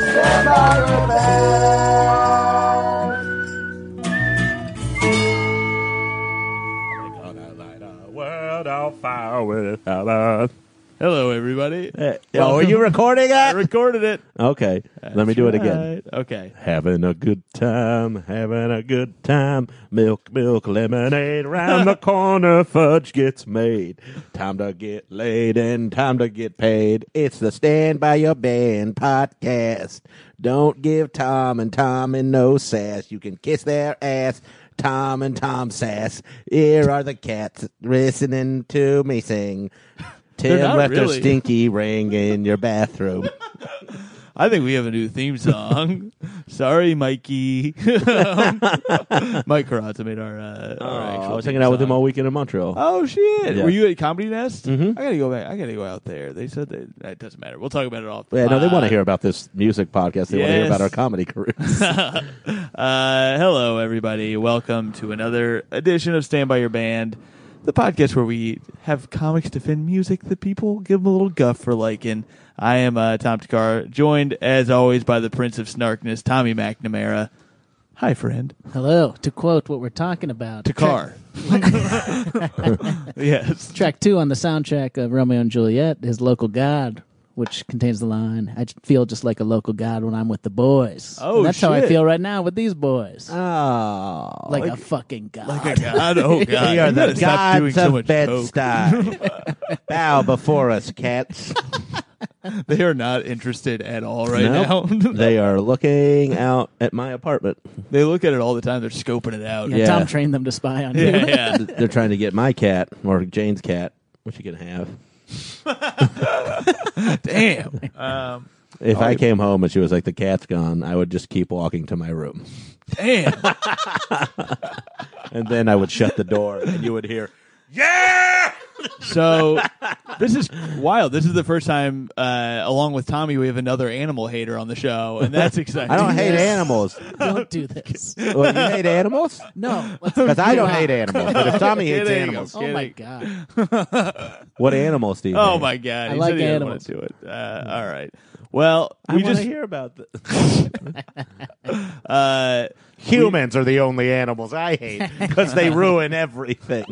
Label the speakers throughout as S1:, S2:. S1: I rebel.
S2: We're gonna light a world on fire with our Hello, everybody.
S1: Yo, are you recording
S2: I
S1: that?
S2: recorded it.
S1: Okay, let me do it again.
S2: Right. Okay.
S1: Having a good time, having a good time. Milk, milk, lemonade. Round the corner, fudge gets made. Time to get laid and time to get paid. It's the Stand By Your Band podcast. Don't give Tom and Tom and no sass. You can kiss their ass. Tom and Tom sass. Here are the cats listening to me sing. Tim
S2: not
S1: left
S2: really.
S1: a stinky ring in your bathroom.
S2: I think we have a new theme song. Sorry, Mikey. Mike Carrata made our, uh, our actual
S1: I was
S2: theme
S1: hanging out with him
S2: song.
S1: all weekend in Montreal.
S2: Oh shit!
S1: Yeah.
S2: Were you at Comedy Nest? Mm-hmm. I gotta go back. I gotta go out there. They said that it doesn't matter. We'll talk about it off. the
S1: Yeah, no, they
S2: pod.
S1: want to hear about this music podcast. They want to hear
S2: Yes.
S1: about our comedy careers.
S2: uh, hello, everybody. Welcome to another edition of Stand By Your Band, the podcast where we have comics defend music that people give them a little guff for liking. I am uh, Tom Takar, joined as always by the Prince of Snarkness, Tommy McNamara. Hi, friend.
S3: Hello. To quote what we're talking about,
S2: Takar. yes.
S3: track two on the soundtrack of Romeo and Juliet is "Local God," which contains the line, "I j- feel just like a local god when I'm with the boys."
S2: Oh,
S3: And that's how I
S2: shit.
S3: feel right now with these boys,
S1: oh,
S3: like, a fucking god.
S2: Like a god. Oh, God.
S1: we
S2: You
S1: are
S2: gotta
S1: the
S2: stop doing
S1: gods
S2: so
S1: of
S2: much coke.
S1: Bed-Stuy. Bow before us, cats.
S2: They are not interested at all right
S1: No,
S2: now.
S1: they are looking out at my apartment.
S2: they look at it all the time. They're scoping it out.
S3: yeah,
S1: Yeah.
S3: Tom trained them to spy on you.
S2: Yeah, yeah.
S1: They're trying to get my cat or Jane's cat, which you can have.
S2: Damn. Um,
S1: If I came home and she was like, "The cat's gone," I would just keep walking to my room,
S2: damn.
S1: and then I would shut the door, and you would hear.
S2: So this is wild. This is the first time, uh, along with Tommy, we have another animal hater on the show, and that's exciting.
S1: I don't hate
S3: Yes.
S1: animals.
S3: Don't do this.
S1: well, you hate animals?
S3: No,
S1: Because I don't hate animals, but if Tommy hates
S2: Kidding.
S1: animals,
S3: Oh my
S2: Kidding.
S3: god!
S1: what animals do you?
S2: Oh
S1: hate?
S2: my god!
S3: I
S2: he
S3: like
S2: said he didn't
S3: animals.
S2: Want to do it. Uh, all right. Well,
S1: I
S2: we
S1: want
S2: just
S1: to hear about this.
S2: uh,
S1: Humans are the only animals I hate because they ruin everything.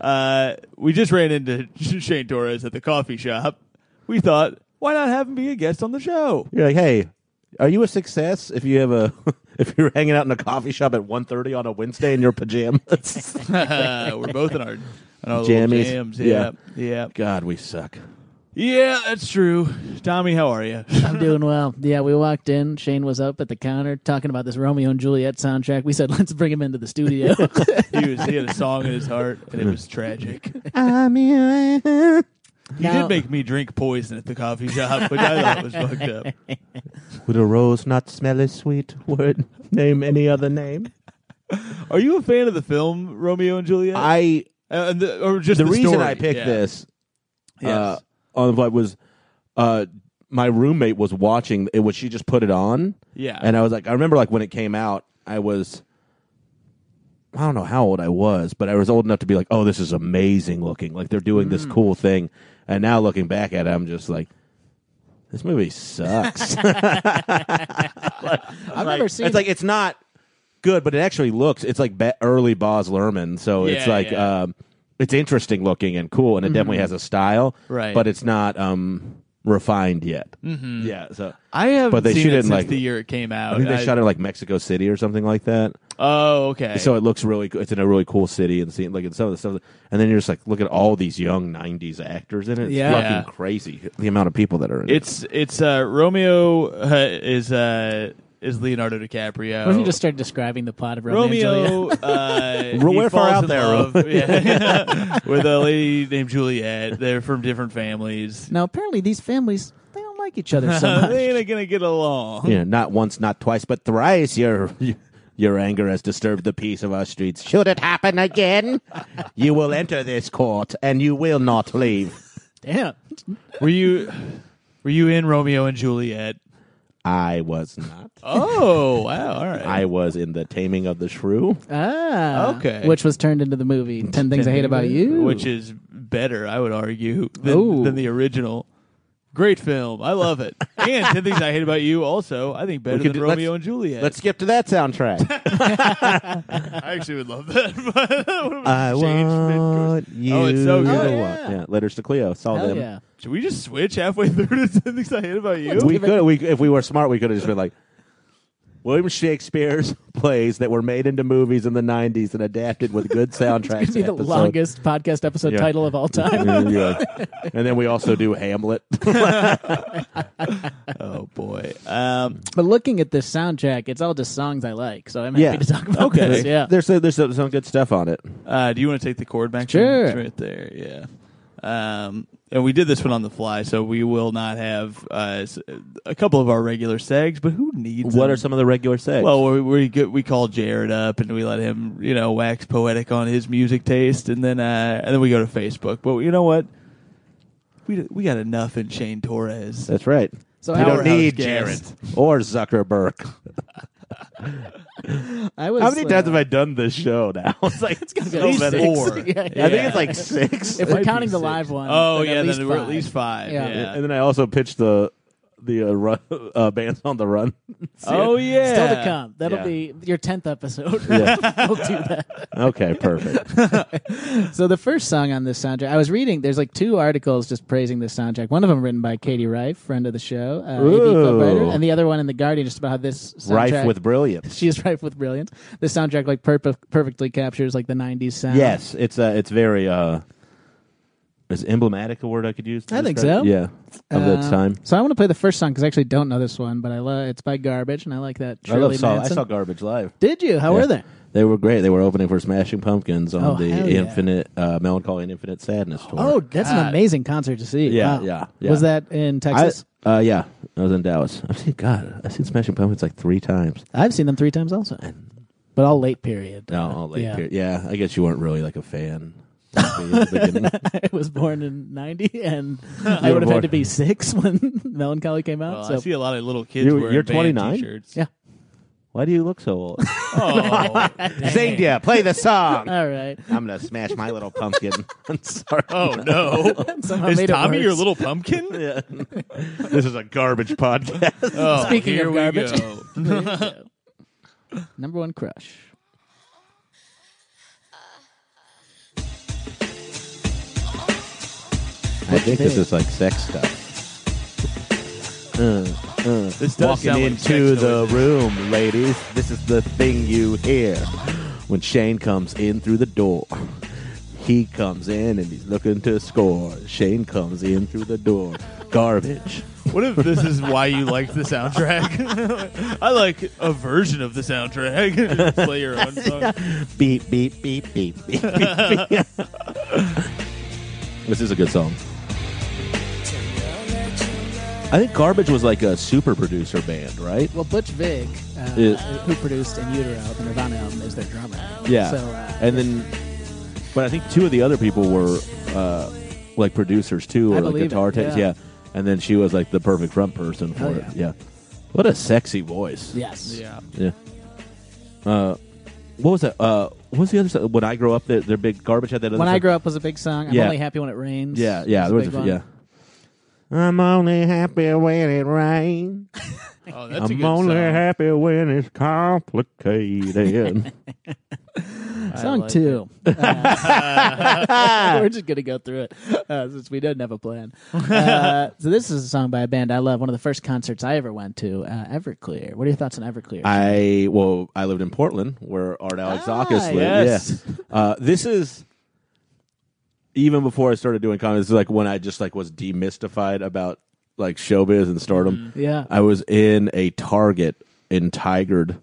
S2: uh, we just ran into Shane Torres at the coffee shop. We thought, why not have him be a guest on the show?
S1: You're like, hey, are you a success if you have a if you're hanging out in a coffee shop at 1.30 on a Wednesday in your pajamas?
S2: We're both in our, in our little
S1: Jammies.
S2: jams.
S1: Yeah.
S2: yeah, yeah,
S1: God, we suck.
S2: yeah. That's true. Tommy, how are you?
S3: I'm doing well. Yeah, we walked in. Shane was up at the counter talking about this Romeo and Juliet soundtrack. We said, "Let's bring him into the studio."
S2: he was he had a song in his heart and it was tragic.
S1: I'm in.
S2: He
S3: Now-
S2: did make me drink poison at the coffee shop, which I thought was fucked up.
S1: Would a rose not smell as sweet? Would name any other name?
S2: Are you a fan of the film Romeo and Juliet?
S1: I
S2: Uh, and the, or just
S1: the,
S2: the,
S1: reason
S2: story?
S1: I picked
S2: Yeah.
S1: this
S2: Yes.
S1: uh, on what was uh, my roommate was watching it was she just put it on
S2: Yeah.
S1: and I was like I remember like when it came out I was I don't know how old I was but I was old enough to be like oh this is amazing looking like they're doing
S2: Mm.
S1: this cool thing and now looking back at it I'm just like this movie sucks
S3: I've never seen.
S1: it's like it's not good, but it actually looks. It's like ba- early Boz Lerman, so it's
S2: Yeah,
S1: like
S2: yeah.
S1: um, it's interesting looking and cool, and it definitely has a style,
S2: Right.
S1: But it's not um, refined yet. Mm-hmm. Yeah, so
S2: I have,
S1: but they
S2: seen
S1: shoot
S2: it,
S1: it in,
S2: since
S1: like-
S2: the year it came out.
S1: I think they shot it in like Mexico City or something like that.
S2: Oh, okay.
S1: So it looks really. co- It's in a really cool city and seeing like in some of the stuff, and then you're just like, look at all these young '90s actors in it. It's
S3: Yeah.
S2: Yeah.
S1: fucking crazy the amount of people that are in it.
S2: it's it's uh, Romeo uh, is uh, is Leonardo DiCaprio.
S3: What if you just start describing the plot of Romeo, and Juliet?
S2: oh. Romeo, uh, he
S1: We're far
S2: falls
S1: out
S2: in
S1: there,
S2: love, yeah, with a lady named Juliet. They're from different families.
S3: Now, apparently, these families they don't like each other so
S2: they
S3: much.
S2: ain't gonna get along.
S1: you know, not once, not twice, but thrice your your anger has disturbed the peace of our streets. Should it happen again, you will enter this court and you will not leave.
S3: Damn.
S2: Were you were you in Romeo and Juliet?
S1: I was not.
S2: Oh wow! All right.
S1: I was in the Taming of the Shrew.
S3: Ah,
S2: Okay.
S3: Which was turned into the movie Ten Things I Hate About You,
S2: which is better, I would argue, than,
S3: Ooh.
S2: than the original. Great film. I love it. and 10 Things I Hate About You also, I think, better
S1: could
S2: than
S1: do-
S2: Romeo
S1: let's-
S2: and Juliet.
S1: Let's skip to that soundtrack.
S2: I actually would love that. but that would've
S1: I
S2: changed
S1: want
S2: mid-course.
S1: you.
S2: Oh, it's so good.
S1: to
S3: Oh,
S1: want-
S3: yeah.
S1: yeah, letters to Cleo. Saw
S3: Hell
S1: them.
S3: yeah.
S2: Should we just switch halfway through to 10 Things I Hate About You?
S1: we could we if we were smart we could have just been like William Shakespeare's plays that were made into movies in the 90s and adapted with good soundtracks.
S3: It's gonna be the
S1: episode.
S3: longest podcast episode
S1: Yeah.
S3: title of all time.
S1: Yeah. and then we also do Hamlet.
S2: oh, boy. Um,
S3: But looking at this soundtrack, it's all just songs I like, so I'm happy
S1: Yeah.
S3: to talk about
S2: Okay.
S3: this. Yeah.
S1: There's there's some some good stuff on it.
S2: uh, do you want to take the cord back?
S3: Sure.
S2: It's right there, yeah. Um, and we did this one on the fly, so we will not have uh, s- a couple of our regular segs, but who needs
S1: What
S2: them?
S1: are some of the regular segs?
S2: Well, we we, get, we call Jared up and we let him, you know, wax poetic on his music taste, and then uh, and then we go to Facebook. But you know what? We we got enough in Shane Torres.
S1: that's right.
S3: So
S1: You don't
S3: I,
S2: Powerhouse
S1: need Jared
S2: guest.
S1: or Zuckerberg.
S3: I was.
S1: How many
S3: uh,
S1: times have I done this show now? It's like it's
S3: gonna be
S1: so
S3: at least
S1: many.
S3: six.
S2: Four.
S3: Yeah, yeah.
S1: I think it's like six.
S3: If
S2: Might
S3: we're
S2: be
S3: counting the
S2: six.
S3: live one,
S2: Oh
S3: then
S2: yeah,
S3: at
S2: then
S3: least
S2: we're
S3: five.
S2: at least five.
S3: Yeah.
S2: Yeah.
S1: And then I also pitched the the uh, run, uh, bands on the run.
S2: oh yeah.
S3: Still to come. That'll
S1: Yeah.
S3: be your tenth episode.
S1: Yeah.
S3: we'll do that.
S1: Okay, perfect.
S3: So the first song on this soundtrack, I was reading. There's like two articles just praising this soundtrack. One of them written by Katie Rife, friend of the show, uh, AV
S1: Ooh.
S3: co-writer, and the other one in the Guardian, just about how this soundtrack,
S1: Rife with brilliance.
S3: she is rife with brilliance. This soundtrack like perp- perfectly captures like the '90s sound.
S1: Yes, it's uh, it's very uh, is emblematic a word I could use? to
S3: I think
S1: describe-
S3: so.
S1: Yeah, of that
S3: Um,
S1: time.
S3: So I want to play the first song because I actually don't know this one, but I love it's by Garbage, and I like that.
S1: I
S3: Shirley
S1: love saw I
S3: Manson.
S1: saw Garbage live.
S3: Did you? How
S1: Yeah.
S3: were they?
S1: They were great. They were opening for Smashing Pumpkins on
S3: Oh,
S1: the
S3: hell yeah.
S1: Infinite uh, Melancholy and Infinite Sadness tour.
S3: Oh, that's an
S2: God.
S3: amazing concert to see.
S1: Yeah,
S3: Wow.
S1: yeah, yeah.
S3: Was that in
S1: I,
S3: Texas?
S1: uh, yeah, I was in Dallas. I've seen God. I've seen Smashing Pumpkins like three times.
S3: I, have seen them three times also, but all late period.
S1: No, Oh, all late
S3: Yeah.
S1: period. Yeah, I guess you weren't really like a fan. of me at the beginning.
S3: I was born in '90, and I
S1: were
S3: would have
S1: born-
S3: had to be six when Melancholy came out.
S2: Well,
S3: so
S2: I see a lot of little kids
S1: You're-
S2: wearing
S1: you're
S2: band
S1: 29?
S2: T-shirts.
S3: yeah,
S1: Why do you look so old?
S2: Oh,
S1: Zingya, play the song.
S3: all right.
S1: I'm gonna smash my little pumpkin. I'm sorry.
S2: oh no.
S3: Somehow
S2: Is
S3: made it
S2: Tommy your
S3: worse.
S2: little pumpkin?
S1: Yeah. this is a garbage podcast.
S2: Oh,
S3: Speaking
S2: here
S3: of
S2: we
S3: garbage.
S2: go.
S3: There you go. Number one crush.
S1: I think this is like sex stuff.
S2: This does sound
S1: Walking
S2: like
S1: into
S2: sex
S1: the
S2: noises.
S1: room, ladies. This is the thing you hear when Shane comes in through the door. He comes in and he's looking to score. Shane comes in through the door. Garbage.
S2: What if this is why you liked the soundtrack? I like a version of the soundtrack. Just Play your own song.
S1: Beep beep beep beep beep. beep, beep. this is a good song. I think Garbage was like a super producer band, right?
S3: Well, Butch Vig, uh,
S1: Yeah.
S3: who produced In Utero, the Nirvana album, is their drummer.
S1: Yeah.
S3: So, uh,
S1: and then, but I think two of the other people were uh, like producers too,
S3: I
S1: or like
S3: believe
S1: guitar
S3: it,
S1: techs.
S3: yeah.
S1: Yeah. And then she was like the perfect front person for
S3: Oh,
S1: it. Yeah. What a sexy voice.
S3: yes.
S2: Yeah.
S1: Yeah. Uh, what was that? Uh, what was the other? Side? When I grow up, their, their big garbage had that. Other
S3: When I
S1: song?
S3: grow up was a big song. I'm
S1: Yeah.
S3: only happy when it rains.
S1: yeah, yeah,
S3: was
S1: there was a
S3: big
S1: few- yeah.
S3: one.
S1: I'm only happy when it rains.
S2: Oh, that's a
S1: I'm
S2: good
S1: only
S2: song.
S1: happy when it's complicated.
S2: I
S3: Song
S2: like it.
S3: two. Uh, we're just gonna go through it uh, since we didn't have a plan. Uh, so this is a song by a band I love. One of the first concerts I ever went to, uh, Everclear. What are your thoughts on Everclear?
S1: I well, I lived in Portland where Art Alexakis lived.
S2: yes.
S1: Yeah. Uh, this is even before I started doing comedy. This is like when I just like was demystified about like showbiz and stardom.
S3: yeah.
S1: I was in a Target in Tigard,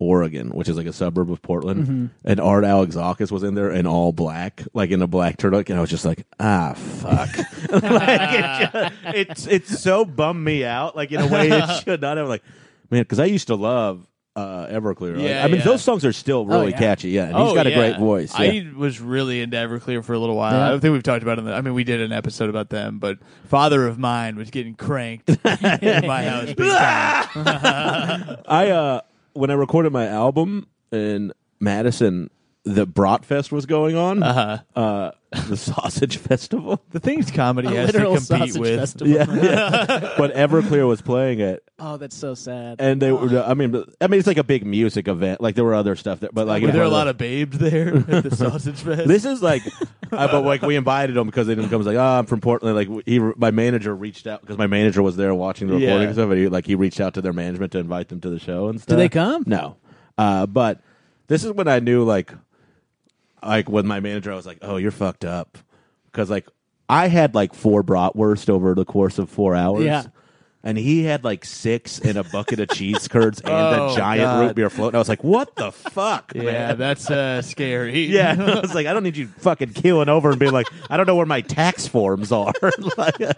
S1: Oregon, which is like a suburb of Portland,
S2: Mm-hmm.
S1: and Art Alexakis was in there in all black, like in a black turtleneck, and I was just like, ah, fuck. like, it, ju- it's it's so bummed me out, like in a way it should not have. Like, man, because I used to love uh, Everclear. Like,
S2: Yeah,
S1: I mean,
S2: yeah.
S1: those songs are still really
S3: yeah.
S1: catchy. Yeah, and he's got a
S2: Oh, yeah.
S1: great voice. Yeah.
S2: I was really into Everclear for a little while.
S3: Yeah.
S2: I don't think we've talked about it. in the- I mean, we did an episode about them, but Father of Mine was getting cranked in my house. big time.
S1: I uh when I recorded my album in Madison, the Brat Fest was going on, uh-huh. the Sausage Festival.
S2: The things comedy has to
S3: Literal
S2: compete
S3: sausage
S2: with.
S3: festival.
S1: but Everclear was playing it,
S3: Oh, that's so sad.
S1: and they were. I mean, I mean, it's like a big music event. Like there were other stuff, there, but like
S2: Were
S1: it
S2: there a
S1: was-
S2: lot of babes there at the sausage fest?
S1: This is like, uh, but like we invited him because they didn't come. He's like, oh, I'm from Portland. Like he, my manager reached out because my manager was there watching the recording
S2: Yeah.
S1: and stuff. And he, like he reached out to their management to invite them to the show and stuff.
S3: they come?
S1: No, uh, but this is when I knew like, like with my manager, I was like, oh, you're fucked up because like I had like four bratwurst over the course of four hours.
S3: Yeah.
S1: And he had like six and a bucket of cheese curds and a
S2: Oh,
S1: giant
S2: God.
S1: root beer float. And I was like, what the fuck, man?
S2: yeah, that's uh, scary.
S1: Yeah, and I was like, I don't need you fucking keeling over and being like, I don't know where my tax forms are. Like-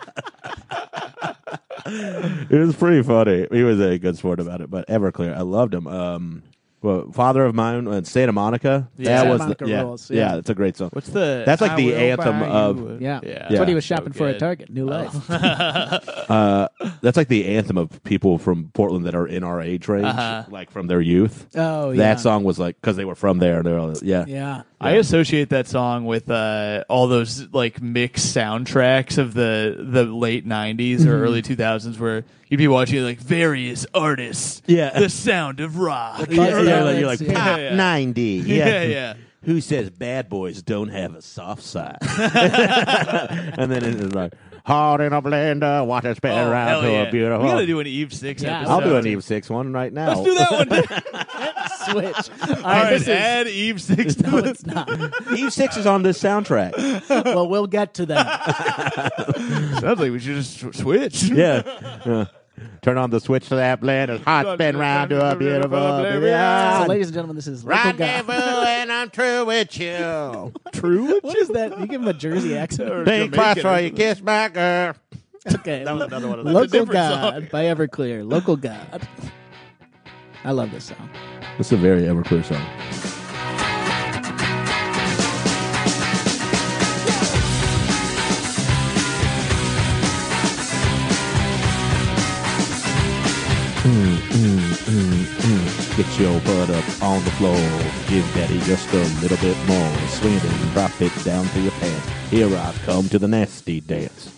S1: it was pretty funny. He was a good sport about it, but Everclear, I loved him. Um, well, father of mine, uh, Santa Monica.
S2: Yeah.
S1: that
S2: Santa
S1: was
S3: Monica
S1: the, yeah,
S3: rules,
S1: yeah,
S3: yeah.
S1: that's a great song.
S2: What's the?
S1: That's like
S2: I
S1: the
S2: will
S1: anthem
S2: buy
S1: of-
S2: you-
S3: yeah. That's
S1: Yeah. Oh.
S3: what he was
S2: So
S3: shopping for at
S2: good.
S3: Target. New life.
S1: That's like the anthem of people from Portland that are in our age range,
S2: Uh-huh.
S1: like from their youth.
S3: Oh, yeah.
S1: That song was like because they were from there. and They were all, yeah,
S3: Yeah.
S2: I associate that song with uh, all those like mixed soundtracks of the the late '90s
S1: Mm-hmm.
S2: or early 2000s, where you'd be watching like various artists.
S1: Yeah.
S2: the sound of rock.
S1: Yeah,
S3: Buster
S1: yeah, like- you're like
S3: Rhymes, yeah.
S1: pop
S2: Yeah, yeah.
S1: ninety.
S2: Yeah, yeah.
S1: Who says bad boys don't have a soft side? and then it's like hard in a blender, watch it spin
S2: Oh,
S1: around
S2: hell
S1: to
S2: yeah.
S1: a beautiful.
S2: We gotta do an Eve Six.
S3: Yeah.
S2: episode.
S1: I'll do an Eve Six one right now.
S2: Let's do that one. All
S3: Switch. All right,
S2: right,
S3: this is,
S2: add Eve Six. To
S3: no,
S2: the-
S3: it's not.
S1: Eve Six is on this soundtrack.
S3: Well, we'll get to that.
S2: Sounds like we should just sw- switch.
S1: yeah. Yeah. Turn on the switch to that blender, hot spin round to a beautiful.
S3: Uh, So,
S1: beyond.
S3: ladies and gentlemen, this is Local Guy.
S1: Rendezvous, and I'm true with you.
S2: True.
S3: What is that? You give him a Jersey accent.
S1: Big
S2: Jamaican
S1: plus
S2: or
S1: for you kiss my girl.
S3: Okay.
S1: That was another one of those.
S3: Local
S2: different
S3: God
S2: song.
S3: by Everclear. Local God. I love this song.
S1: It's a very Everclear song. Mm, Get your butt up on the floor. Give daddy just a little bit more. Swing it and drop it down to your pants. Here I come to the nasty dance.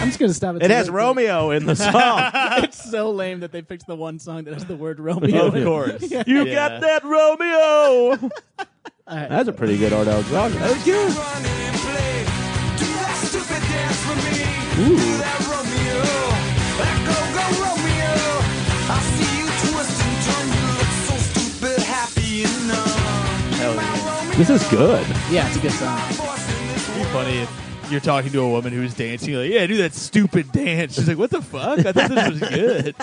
S3: I'm just going to stop it.
S1: It has Romeo in the song.
S3: It's so lame that they picked the one song that has the word Romeo. in
S2: Of
S3: it.
S2: course.
S1: you
S2: Yeah.
S1: got that, Romeo.
S3: All right.
S1: That's a pretty good Art Alexander. That was good. This is good.
S3: Yeah, it's a good song.
S2: It'd be funny if you're talking to a woman who's dancing. You're like, yeah, do that stupid dance. She's like, what the fuck? I thought this was good.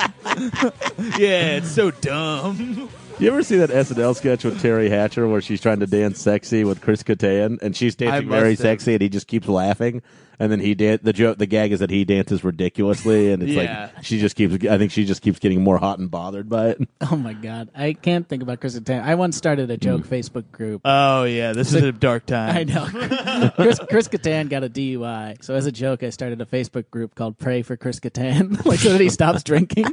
S2: yeah, it's so dumb.
S1: You ever see that SNL sketch with Terry Hatcher where she's trying to dance sexy with Chris Kattan and she's dancing
S2: must
S1: very
S2: have.
S1: sexy and he just keeps laughing and then he dan- the joke the gag is that he dances ridiculously and it's
S2: Yeah.
S1: like she just keeps I think she just keeps getting more hot and bothered by it.
S3: Oh my god, I can't think about Chris Kattan. I once started a joke Facebook group.
S2: Oh yeah, this is a dark time.
S3: I know. Chris, Chris Kattan got a DUI, so as a joke, I started a Facebook group called "Pray for Chris Kattan," like so that he stops drinking.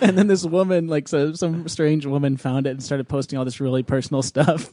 S3: And then this woman, like so, some strange woman, found it and started posting all this really personal stuff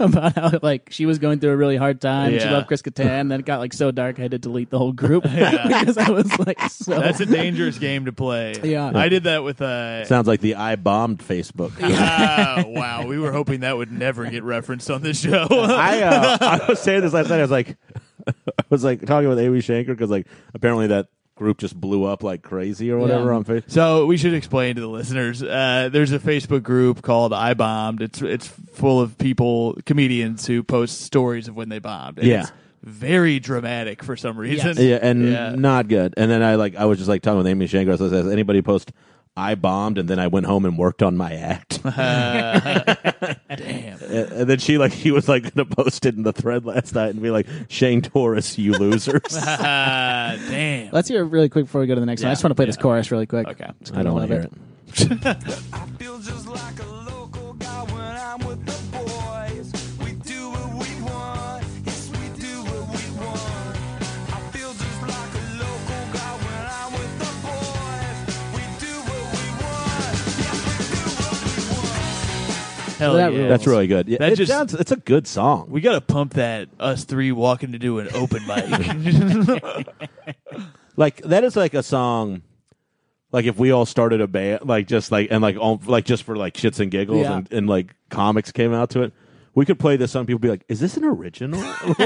S3: about how like she was going through a really hard time. and She
S2: Yeah.
S3: loved Chris Kattan, and then it got like so dark I had to delete the whole group because I was like so.
S2: That's a dangerous game to play.
S3: Yeah.
S2: I did that with uh,
S1: Sounds like the I bombed Facebook.
S2: Ah, wow, we were hoping that would never get referenced on this show.
S1: I uh, I was saying this last night. I was like, I was like talking with Amy Shanker because like apparently that group just blew up like crazy or whatever
S3: Yeah.
S1: on Facebook.
S2: So we should explain to the listeners. Uh, there's a Facebook group called "I Bombed." It's it's full of people, comedians who post stories of when they bombed. And
S1: Yeah.
S2: it's very dramatic for some reason.
S3: Yes.
S1: Yeah, and
S2: Yeah.
S1: not good. And then I like I was just like talking with Amy Shanker. So says anybody post I bombed, and then I went home and worked on my act.
S2: Damn.
S1: and and then she like she was like gonna post it in the thread last night and be like Shane Torres, you losers.
S2: Ah, damn.
S3: Let's hear it really quick before we go to the next one. I
S2: Yeah,
S3: just want to play this
S2: yeah.
S3: chorus really quick.
S2: Okay.
S3: It's
S1: I
S3: gonna
S1: don't want to
S3: love
S1: hear it.
S4: Feel just like a local guy when I'm with the boys. We do what we want. Yes, we do what we want. I feel just like a local guy when I'm with the boys. We do what we want. Yes, we do what we want.
S2: Hell
S3: That
S2: yeah.
S3: rules.
S1: That's really good. Yeah,
S2: That
S1: it
S2: just-
S1: sounds, it's a good song.
S2: We gotta pump that us three walking to do an open mic.
S1: like that is like a song like if we all started a band like just like and like all, like just for like shits and giggles
S3: Yeah.
S1: and, and like comics came out to it we could play this song people be like is this an original Like,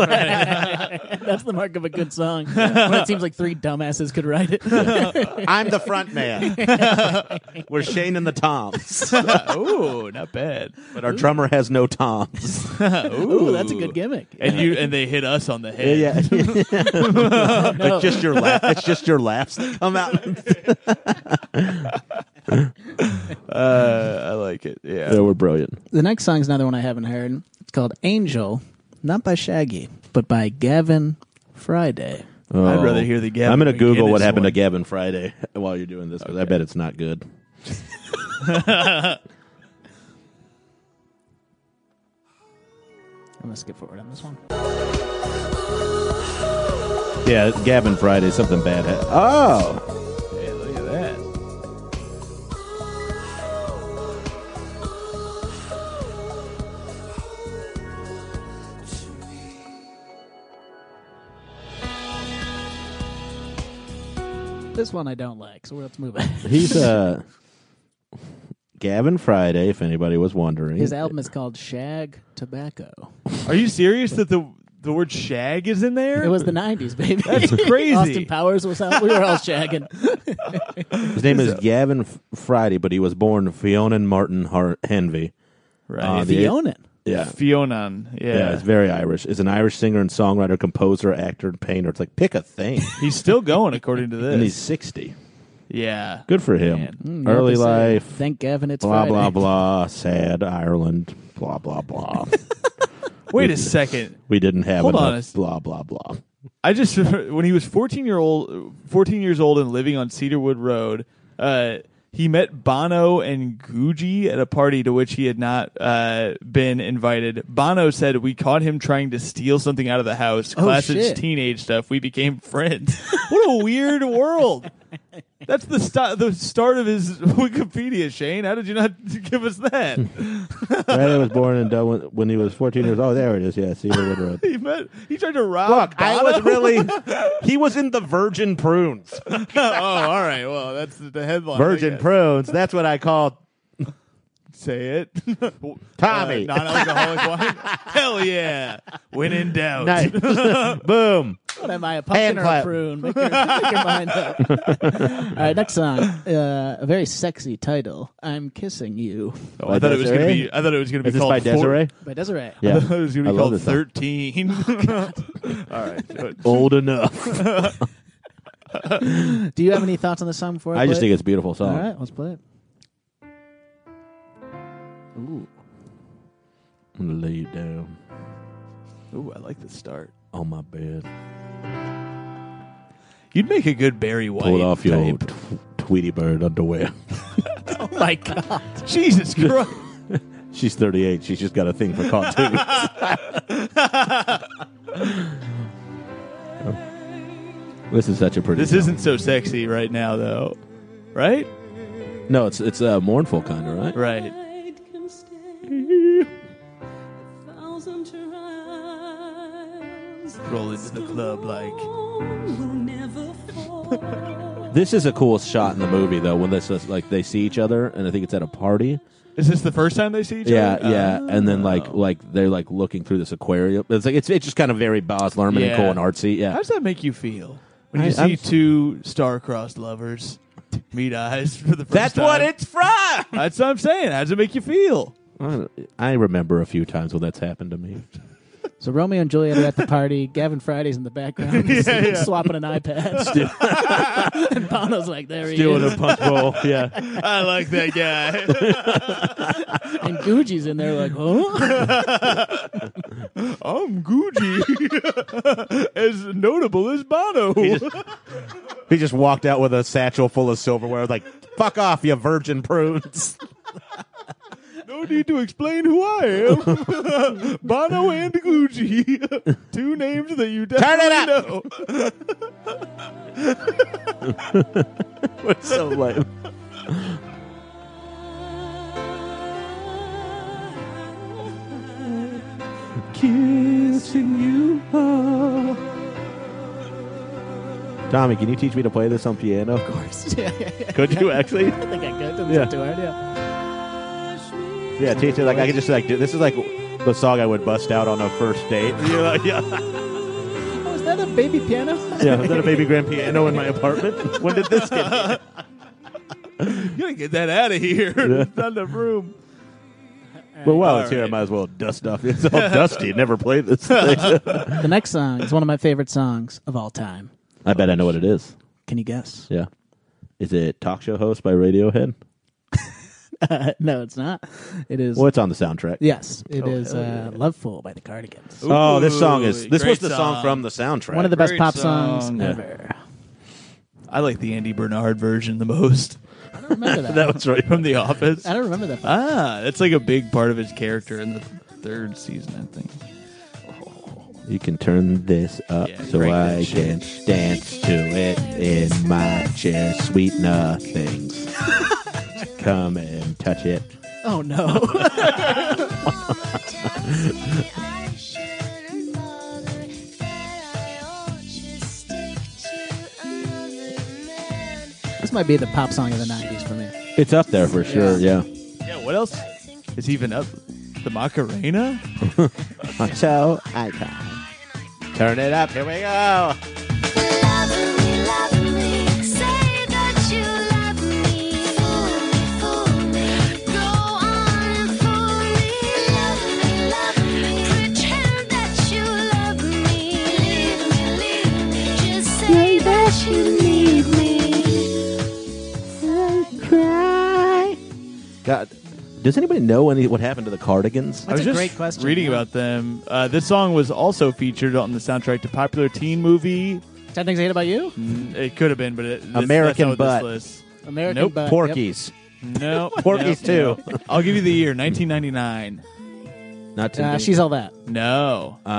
S3: That's the mark of a good song. when it seems like three dumbasses could write it.
S1: i'm the front man we're shane and the toms
S2: Ooh, not bad.
S1: but our drummer has no toms
S3: Ooh, that's a good gimmick.
S2: And you and they hit us on the head.
S1: yeah it's just your laugh it's just your laughs that come out
S2: Uh, I like it. Yeah.
S1: we're brilliant
S3: The next song's another one I haven't heard. It's called Angel, not by Shaggy, but by Gavin Friday.
S2: I'd rather hear the Gavin
S1: Oh. i'm gonna google what
S2: McGinnis
S1: happened to
S2: one.
S1: gavin friday while you're doing this 'cause i bet it's not good
S3: I'm gonna skip forward on this one.
S1: Yeah, Gavin Friday, something bad. ha- Oh,
S2: Hey, look at that.
S3: This one I don't like, so let's move on.
S1: he's uh Gavin Friday. If anybody was wondering,
S3: His album is called Shag Tobacco.
S2: Are you serious that the the word shag is in there?
S3: It was the '90s, baby.
S2: That's crazy.
S3: Austin Powers was out. We were all shagging.
S1: His name is Gavin F- Friday, but he was born Fionn Martin Har- Henvey.
S2: right.
S1: Uh, the-
S3: Fionan.
S1: Yeah.
S2: Fionan. Yeah.
S1: yeah, it's very Irish. Is an Irish singer and songwriter, composer, actor, and painter. It's like pick a thing,
S2: he's still going according to this.
S1: and he's sixty.
S2: yeah.
S1: Good for him.
S2: Man.
S3: Mm,
S1: e- Early
S3: you have to say,
S1: life,
S3: Thank Gavin. It's
S1: blah
S3: Friday.
S1: blah blah. Sad Ireland, blah blah blah.
S2: Wait a second.
S1: we didn't have
S2: Hold on a
S1: enough.
S2: s-
S1: Blah blah blah.
S2: I just when he was 14 year old 14 years old and living on Cedarwood Road, uh, he met Bono and Gucci at a party to which he had not uh, been invited. Bono said, "We caught him trying to steal something out of the house.
S3: Oh,
S2: Classic
S3: shit.
S2: teenage stuff. We became friends." what a weird world. That's the st- the start of his Wikipedia, Shane. How did you not give us that?
S1: Friday was born in Dublin when he was 14 years old. Oh, There it is. Yeah, Cedarwood Road.
S2: he met. He tried to rob.
S1: Look, I
S2: Bono?
S1: was really. He was in the Virgin Prunes.
S2: oh, all right. Well, that's the headline. I
S1: Virgin
S2: guess.
S1: Prunes. That's what I call.
S2: Say it.
S1: Tommy.
S2: non alcoholic wine. Hell yeah. When in doubt.
S1: night. Boom.
S3: What am I, a
S1: Hand
S3: pumpkin or a
S1: clap.
S3: prune? Make your, make your mind up. All right, next song. Uh, a very sexy title. I'm kissing you
S2: Oh, I thought it was going to
S1: Desiree?
S2: be. I thought it was going to be
S1: Is this
S2: called
S1: by Desiree?
S3: by Desiree.
S2: Four,
S1: Yeah.
S2: I thought it was going to
S1: I love
S2: be called
S1: this song.
S2: thirteen. All right.
S1: Old enough.
S3: Do you have any thoughts on the song before I,
S1: I just
S3: play
S1: think it's a beautiful
S3: it?
S1: song.
S3: All right, let's play it. Ooh,
S1: I'm gonna lay you down
S2: Ooh, I like the start.
S1: on my bed.
S2: You'd make a good Barry White.
S1: Pull off your
S2: type.
S1: old tw- Tweety Bird underwear.
S3: oh my god!
S2: Jesus Christ.
S1: She's 38. She's just got a thing for cartoons. Oh. this is such a pretty.
S2: this
S1: song.
S2: isn't so sexy right now, though. Right?
S1: No, it's it's a mournful kind of right.
S2: Right.
S5: can stand a thousand trials.
S2: Roll into the club like.
S5: Storm will never fall.
S1: This is a cool shot in the movie though when this is, like they see each other and I think it's at a party.
S2: Is this the first time they see each
S1: Yeah,
S2: other? Uh,
S1: yeah, and then like like they're like looking through this aquarium. It's like it's it's just kind of very Boz Lerman and
S2: Yeah.
S1: cool and artsy. Yeah,
S2: How does that make you feel when
S1: I-
S2: you see
S1: I'm-
S2: two star-crossed lovers meet eyes for the first
S1: that's
S2: time?
S1: what it's from.
S2: That's what I'm saying. How does it make you feel?
S1: I remember a few times when that's happened to me.
S3: So Romeo and Juliet are at the party. Gavin Friday's in the background, swapping an iPad. and Bono's like, "There he is,"
S1: a punch bowl. Yeah,
S2: I like that guy.
S3: and Gucci's in there like, "Oh, "Huh?"
S2: I'm Gucci, as notable as Bono.
S1: he just walked out with a satchel full of silverware. Like, fuck off, you virgin prunes.
S2: no need to explain who I am. Bono and Gucci, two names that you definitely
S1: it up.
S2: know.
S1: so lame.
S5: I
S2: missing you.
S1: Tommy, can you teach me to play this on piano?
S3: Of course. Yeah, yeah, yeah.
S2: Could you actually?
S3: I think I could. Doesn't
S1: Yeah.
S3: sound too hard. Yeah.
S1: Yeah, teach it. Like I could just like do, this is like the song I would bust out on a first date. You know, like, yeah,
S3: Oh, is that a baby piano?
S1: yeah. Is that a baby grand piano in my apartment? When did this get? here?
S2: You gotta get that out of here. it's not enough room.
S1: Well, while it's
S2: All
S1: here, I
S2: right.
S1: might as well dust off. It's all dusty. Never played this thing.
S3: the next song is one of my favorite songs of all time.
S1: I bet I know what it is.
S3: Can you guess?
S1: Yeah. Is it Talk Show Host by Radiohead?
S3: no, it's not. It is.
S1: Well, it's on the soundtrack.
S3: Yes, it
S2: Oh,
S3: is
S2: hell
S3: uh, "Loveful" by the Cardigans.
S1: Oh, this song is.
S2: Ooh,
S1: This was
S2: great
S1: the song. from the soundtrack.
S3: One of the best
S2: great
S3: pop songs
S2: song.
S3: ever.
S2: I like the Andy Bernard version the most
S3: I don't remember that.
S1: that was right.
S2: from The Office.
S3: I don't remember that.
S2: Ah, that's like a big part of his character in the third season, I think.
S1: You can turn this up
S2: Yeah,
S1: so
S2: break that
S1: I can
S2: shit.
S1: dance to it in my chair. Sweet nothings. Come and touch it.
S3: Oh no! this might be the pop song of the '90s for me.
S1: It's up there for sure. Yeah.
S2: Yeah, what else is even up? The Macarena?
S1: So icon. Turn it up. Here we go. God, does anybody know any, what happened to the Cardigans?
S2: I was
S3: a
S2: just
S3: great question,
S2: reading
S3: yeah.
S2: about them. Uh, this song was also featured on the soundtrack to popular teen movie.
S3: Ten things I hate about you.
S2: Mm, It could have been, but it, this,
S1: American
S2: that's not what
S1: Butt.
S2: This
S3: American
S2: Nope,
S3: Butt.
S1: Porkies.
S2: list. No,
S1: Porky's
S2: no,
S1: too.
S2: no. I'll give you the year 1999.
S1: Not
S3: Yep.
S1: to
S3: Uh,
S1: me.
S3: she's all that.
S2: No,
S1: Uh,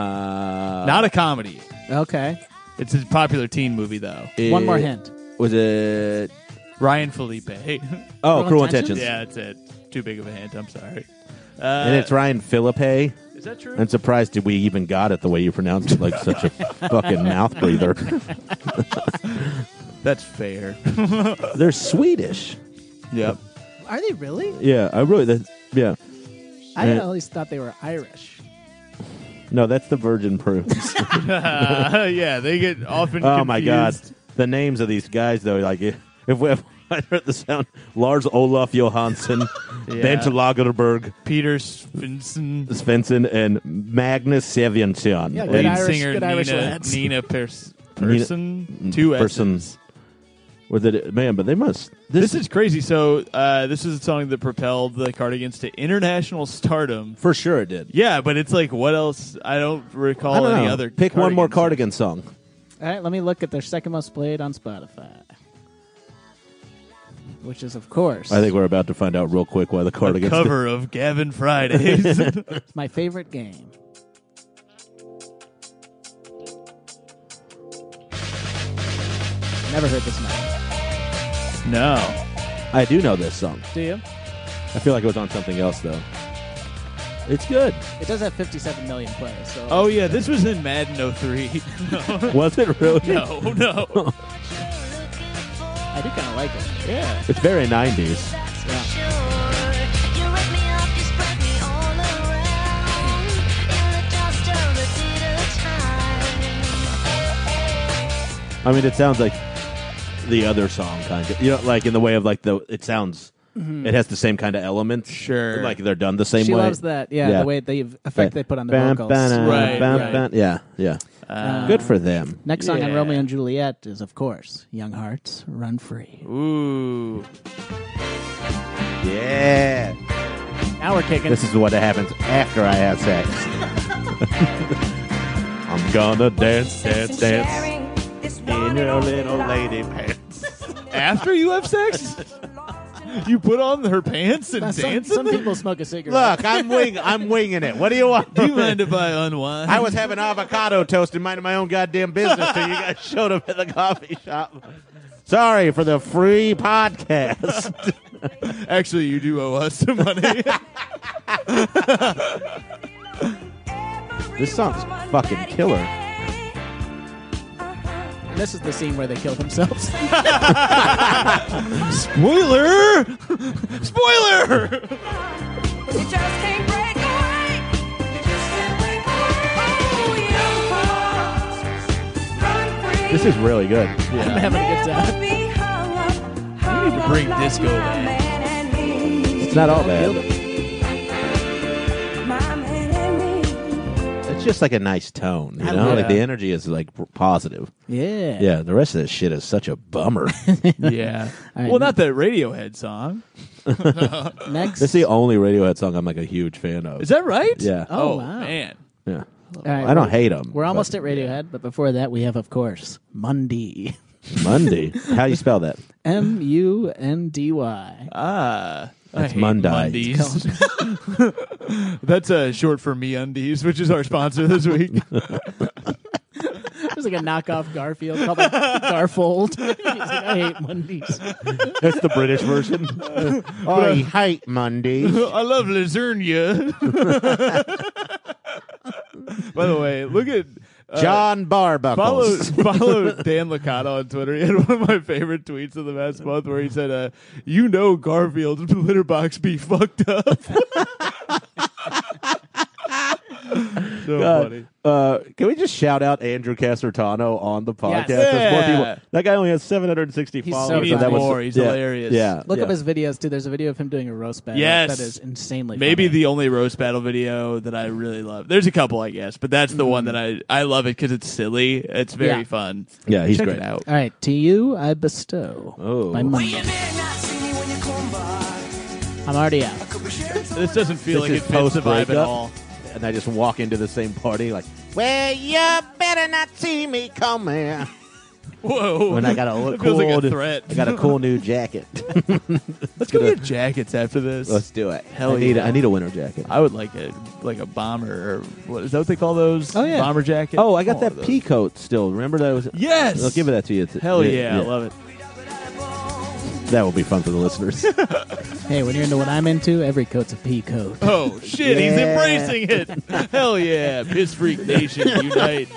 S2: not a comedy.
S3: Okay.
S2: It's a popular teen movie though.
S3: One more
S1: it-
S3: hint.
S1: Was it?
S2: Ryan Felipe.
S1: Oh,
S3: Cruel
S1: Cruel
S3: Intentions?
S1: Intentions.
S2: yeah, that's it. Too big of a hint. I'm sorry. Uh,
S1: And it's Ryan Philippe.
S2: Is that true?
S1: I'm surprised that we even got it the way you pronounced it, like such a fucking mouth breather.
S2: That's fair.
S1: They're Swedish.
S2: yep.
S3: Are they really?
S1: Yeah, I really. That, yeah,
S3: I
S1: Uh,
S3: always thought they were Irish.
S1: no, that's the Virgin Prunes.
S2: Uh, yeah, they get often.
S1: oh my god,
S2: confused.
S1: the names of these guys though. Like if, if we have. I heard the sound. Lars Olaf Johansson, Bent Lagerberg,
S2: Peter Svensson.
S1: Svensson, and Magnus Sevensson.
S3: Yeah,
S1: And
S3: good
S2: lead
S3: Irish-
S2: singer
S3: good Irish
S2: Nina,
S3: lads.
S2: Nina Pers-
S1: Nina- Mm,
S2: Persson. Two
S1: Persson.
S2: S's.
S1: Was it man? But they must.
S2: This is crazy. So uh, this is a song that propelled the Cardigans to international stardom.
S1: for sure it did.
S2: Yeah, but it's like what else? I don't recall
S1: I don't
S2: any
S1: know.
S2: other.
S1: Pick one more
S2: Cardigans.
S1: cardigan song.
S3: All right, let me look at their second most played on Spotify, which is of course
S1: I think we're about to find out real quick why the
S2: A
S1: cardigans.
S2: cover of Gavin Fridays.
S3: my favorite game. Never heard this song.
S2: no,
S1: I do know this song.
S3: Do you?
S1: I feel like it was on something else though. It's good.
S3: It does have 57 million plays. So
S2: Oh yeah, this was in Madden 03.
S1: Was it really?
S2: no, no.
S3: I do kind of like it.
S2: Yeah.
S1: It's very 90s. I mean, it sounds like the other song kind of. You know, like in the way of like the. It sounds. It has the same kind of elements.
S2: Mm-hmm. Sure.
S1: Like they're done the same
S3: She
S1: way.
S3: loves that. Yeah,
S1: Yeah.
S3: the way the effect they put on the
S1: Bam,
S3: vocals.
S1: bam,
S2: Right,
S1: bam,
S2: right.
S1: bam. Yeah, yeah.
S2: Uh,
S1: good for them.
S3: Next song on
S2: Yeah.
S3: Romeo and Juliet is of course Young Hearts Run Free.
S2: Ooh.
S1: Yeah.
S3: Now we're kicking.
S1: This is what happens after I have sex. I'm gonna dance, dance, dance in your little lady pants.
S2: After you have sex, you put on her pants and
S3: Uh,
S2: dance.
S3: some,
S2: in
S3: some
S2: them?
S3: people smoke a cigarette.
S1: Look, I'm wing, I'm winging it. What do you want?
S2: Do you mind if I unwind?
S1: I was having avocado toast and minding my own goddamn business till you guys showed up at the coffee shop. Sorry for the free podcast.
S2: Actually, you do owe us some money.
S1: This song's fucking killer.
S3: And this is the scene where they kill themselves.
S2: Spoiler! Spoiler!
S1: This is really good.
S3: I'm having a good time.
S2: We need to bring disco back.
S1: It's not all bad. It's just like a nice tone, you
S3: I
S1: know.
S3: love
S1: Like
S2: it.
S1: the energy is like p- positive.
S3: Yeah.
S1: Yeah, the rest of this shit is such a bummer.
S2: Yeah.
S3: right.
S2: Well, not that Radiohead song.
S3: Next.
S1: That's the only Radiohead song I'm like a huge fan of.
S2: Is that right?
S1: Yeah.
S3: Oh,
S2: Oh,
S3: wow.
S2: man.
S1: yeah.
S3: All right,
S1: I don't
S3: we're-
S1: hate them.
S3: We're almost at Radiohead, but before that, we have, of course, Mundy.
S1: Monday. How do you spell that?
S3: M U N D Y.
S2: Ah.
S1: That's
S2: I hate
S1: Monday.
S2: Mondays. That's uh, short for Me Undies, which is our sponsor this week.
S3: It was like a knockoff Garfield called like Garfold. He's like, I hate Mondays.
S1: That's the British version. I hate Monday.
S2: I love lasagna. By the way, look at uh,
S1: John Barbuckles.
S2: Follow follow Dan Licata on Twitter. He had one of my favorite tweets of the past month where he said, uh, "You know Garfield's litter box be fucked up." so funny.
S1: Uh, can we just shout out Andrew Casertano on the podcast?
S3: Yes.
S1: There's more
S2: Yeah.
S1: people- That guy only has 760
S3: He's so
S1: followers.
S3: He
S1: and that
S3: needs
S1: was-
S2: more. He's
S1: yeah,
S2: hilarious.
S1: Yeah,
S3: Look
S1: yeah.
S3: up his videos too. There's a video of him doing a roast battle.
S2: Yes.
S3: that is insanely.
S2: Maybe
S3: funny.
S2: the only roast battle video that I really love. There's a couple, I guess, but that's the one that I I love it because it's silly. It's very
S3: Yeah.
S2: fun.
S1: Mm. Yeah, he's
S2: Check
S1: great.
S2: it out.
S3: All right, to you I bestow.
S1: Oh.
S3: my Monday. I'm already out.
S2: This doesn't feel
S1: This
S2: like
S1: is
S2: it fits the vibe at
S1: post-breakup.
S2: all.
S1: And I just walk into the same party like, well, you better not see me come here.
S2: Whoa!
S1: When I got a
S2: It
S1: cool,
S2: feels like a
S1: new-
S2: threat.
S1: I got a cool new jacket.
S2: Let's go get jackets after this.
S1: Let's do it.
S2: Hell
S1: I need,
S2: yeah.
S1: I need a winter jacket.
S2: I would like a like a bomber or what is that what they call those?
S3: Oh, yeah.
S2: Bomber jacket.
S1: oh, I got
S2: want
S1: that
S2: one of
S1: pea coat still. Remember that was?
S2: Yes!
S1: I'll give it that to you. It's-
S2: those. Hell yeah, I love it.
S1: That will be fun for the listeners.
S3: Hey, when you're into what I'm into, every coat's a P coat.
S2: Oh shit,
S1: Yeah.
S2: he's embracing it. Hell yeah, piss freak nation unite.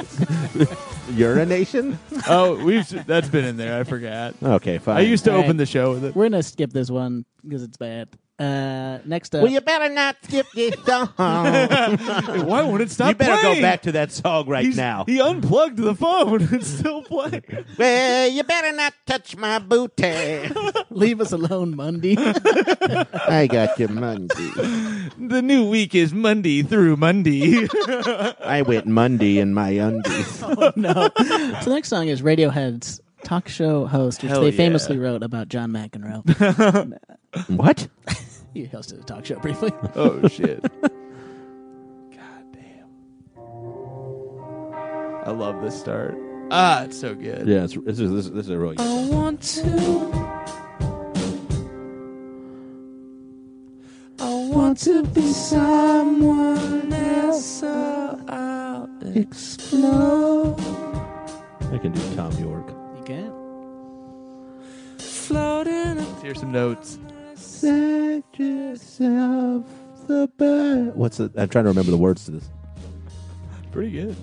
S1: Urination?
S2: Oh, we've that's been in there. I forgot.
S1: Okay, fine.
S2: I used to
S3: All right.
S2: open the show with it.
S3: We're gonna skip this one because it's bad. Uh, next up,
S1: Well, you better not skip this song. you
S2: Why won't it stop?
S1: better go
S2: playing?
S1: back to that song right
S2: He's-
S1: now.
S2: He unplugged the phone and still playing.
S1: Well, you better not touch my booty.
S3: leave us alone, Monday.
S1: I got your Monday.
S2: The new week is Monday through Monday.
S1: I went Monday in my undies.
S3: no. So the next song is Radiohead's talk show host, which
S2: Hell
S3: they
S2: yeah.
S3: famously wrote about John McEnroe.
S1: what?
S3: he hosted a talk show briefly.
S2: oh shit. God damn. I love this start. Ah, it's so good.
S1: Yeah, it's, this is this, is- this is a really. Good.
S5: want to. I want to be someone else, so I'll explore.
S1: I can do Tom York.
S3: you can.
S5: Floating
S2: Let's hear some notes.
S1: Set yourself the bird. What's the? I'm trying to remember the words to this.
S2: Pretty good.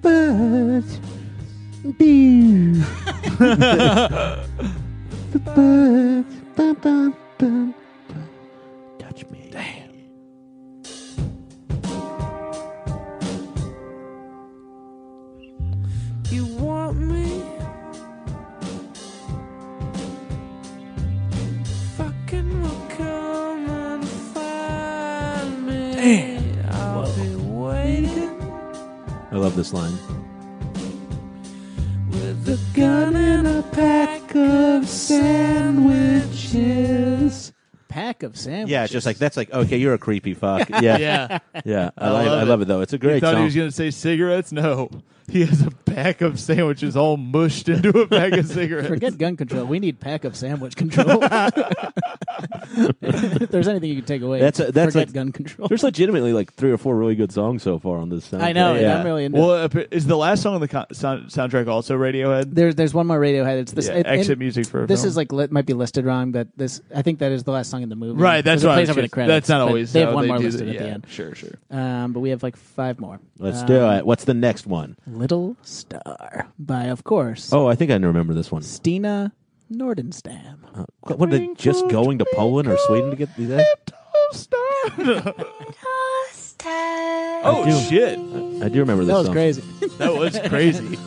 S1: Birds, bee. the birds, bum, bum, bum, bum. touch me. Damn.
S5: You want me? Fucking will come and find me. Damn. I'll be waiting
S1: I love this line.
S5: with a gun and a pack of sandwiches.
S3: Pack of sandwiches.
S1: Yeah, it's just like that's like okay, you're a creepy fuck. Yeah, yeah.
S2: Yeah.
S1: I, like- I love it though. It's a great
S2: Thought
S1: song.
S2: he was gonna say cigarettes? No. He has a pack of sandwiches all mushed into a pack of cigarettes.
S3: Forget gun control. We need pack of sandwich control. if there's anything you can take away,
S1: That's a- that's
S3: forget
S1: a-
S3: gun control.
S1: There's legitimately like three or four really good songs so far on this. Soundtrack.
S3: I know.
S1: Yeah.
S3: I'm really into.
S2: Well, ap- is the last song on the co- sound- soundtrack also Radiohead?
S3: there's there's one more Radiohead. It's this
S2: Yeah,
S3: it-
S2: exit
S3: and
S2: music for a
S3: this
S2: film.
S3: is like li- might be listed wrong, but this I think that is the last song in the movie.
S2: right. That's
S3: Because it
S2: right.
S3: plays over the credits.
S2: That's not
S3: but
S2: always.
S3: They have
S2: how
S3: one more
S2: do
S3: listed
S2: that.
S3: at the
S2: Yeah,
S3: end.
S2: Sure, sure.
S3: Um, but we have like five more.
S1: Let's
S3: Um,
S1: do it. What's the next one?
S3: Little Star by, of course,
S1: Oh, I think I remember this one.
S3: Stina Nordenstam.
S1: Uh, what are they just going to Poland or Sweden to get these? I
S2: oh
S1: do.
S2: shit!
S1: do remember this.
S3: That was
S1: song.
S3: crazy.
S2: That was crazy.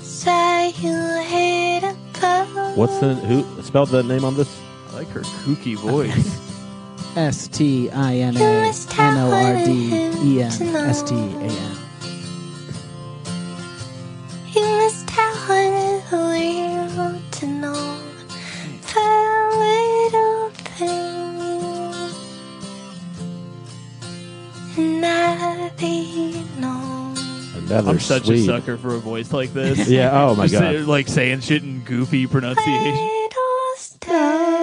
S6: Say you hate a girl.
S1: What's the who spelled the name on this?
S2: I like her kooky voice.
S3: S T I N
S6: You
S3: A
S6: must
S3: N O
S6: tell
S3: R D E N
S6: him to know.
S3: S T A N.
S6: You must tell her the will to know the little thing. And I be known.
S1: Another
S2: I'm such
S1: Swede.
S2: a sucker for a voice like this.
S1: Yeah. Oh my
S2: Just, uh,
S1: god.
S2: like saying shit in goofy pronunciation.
S6: Little star.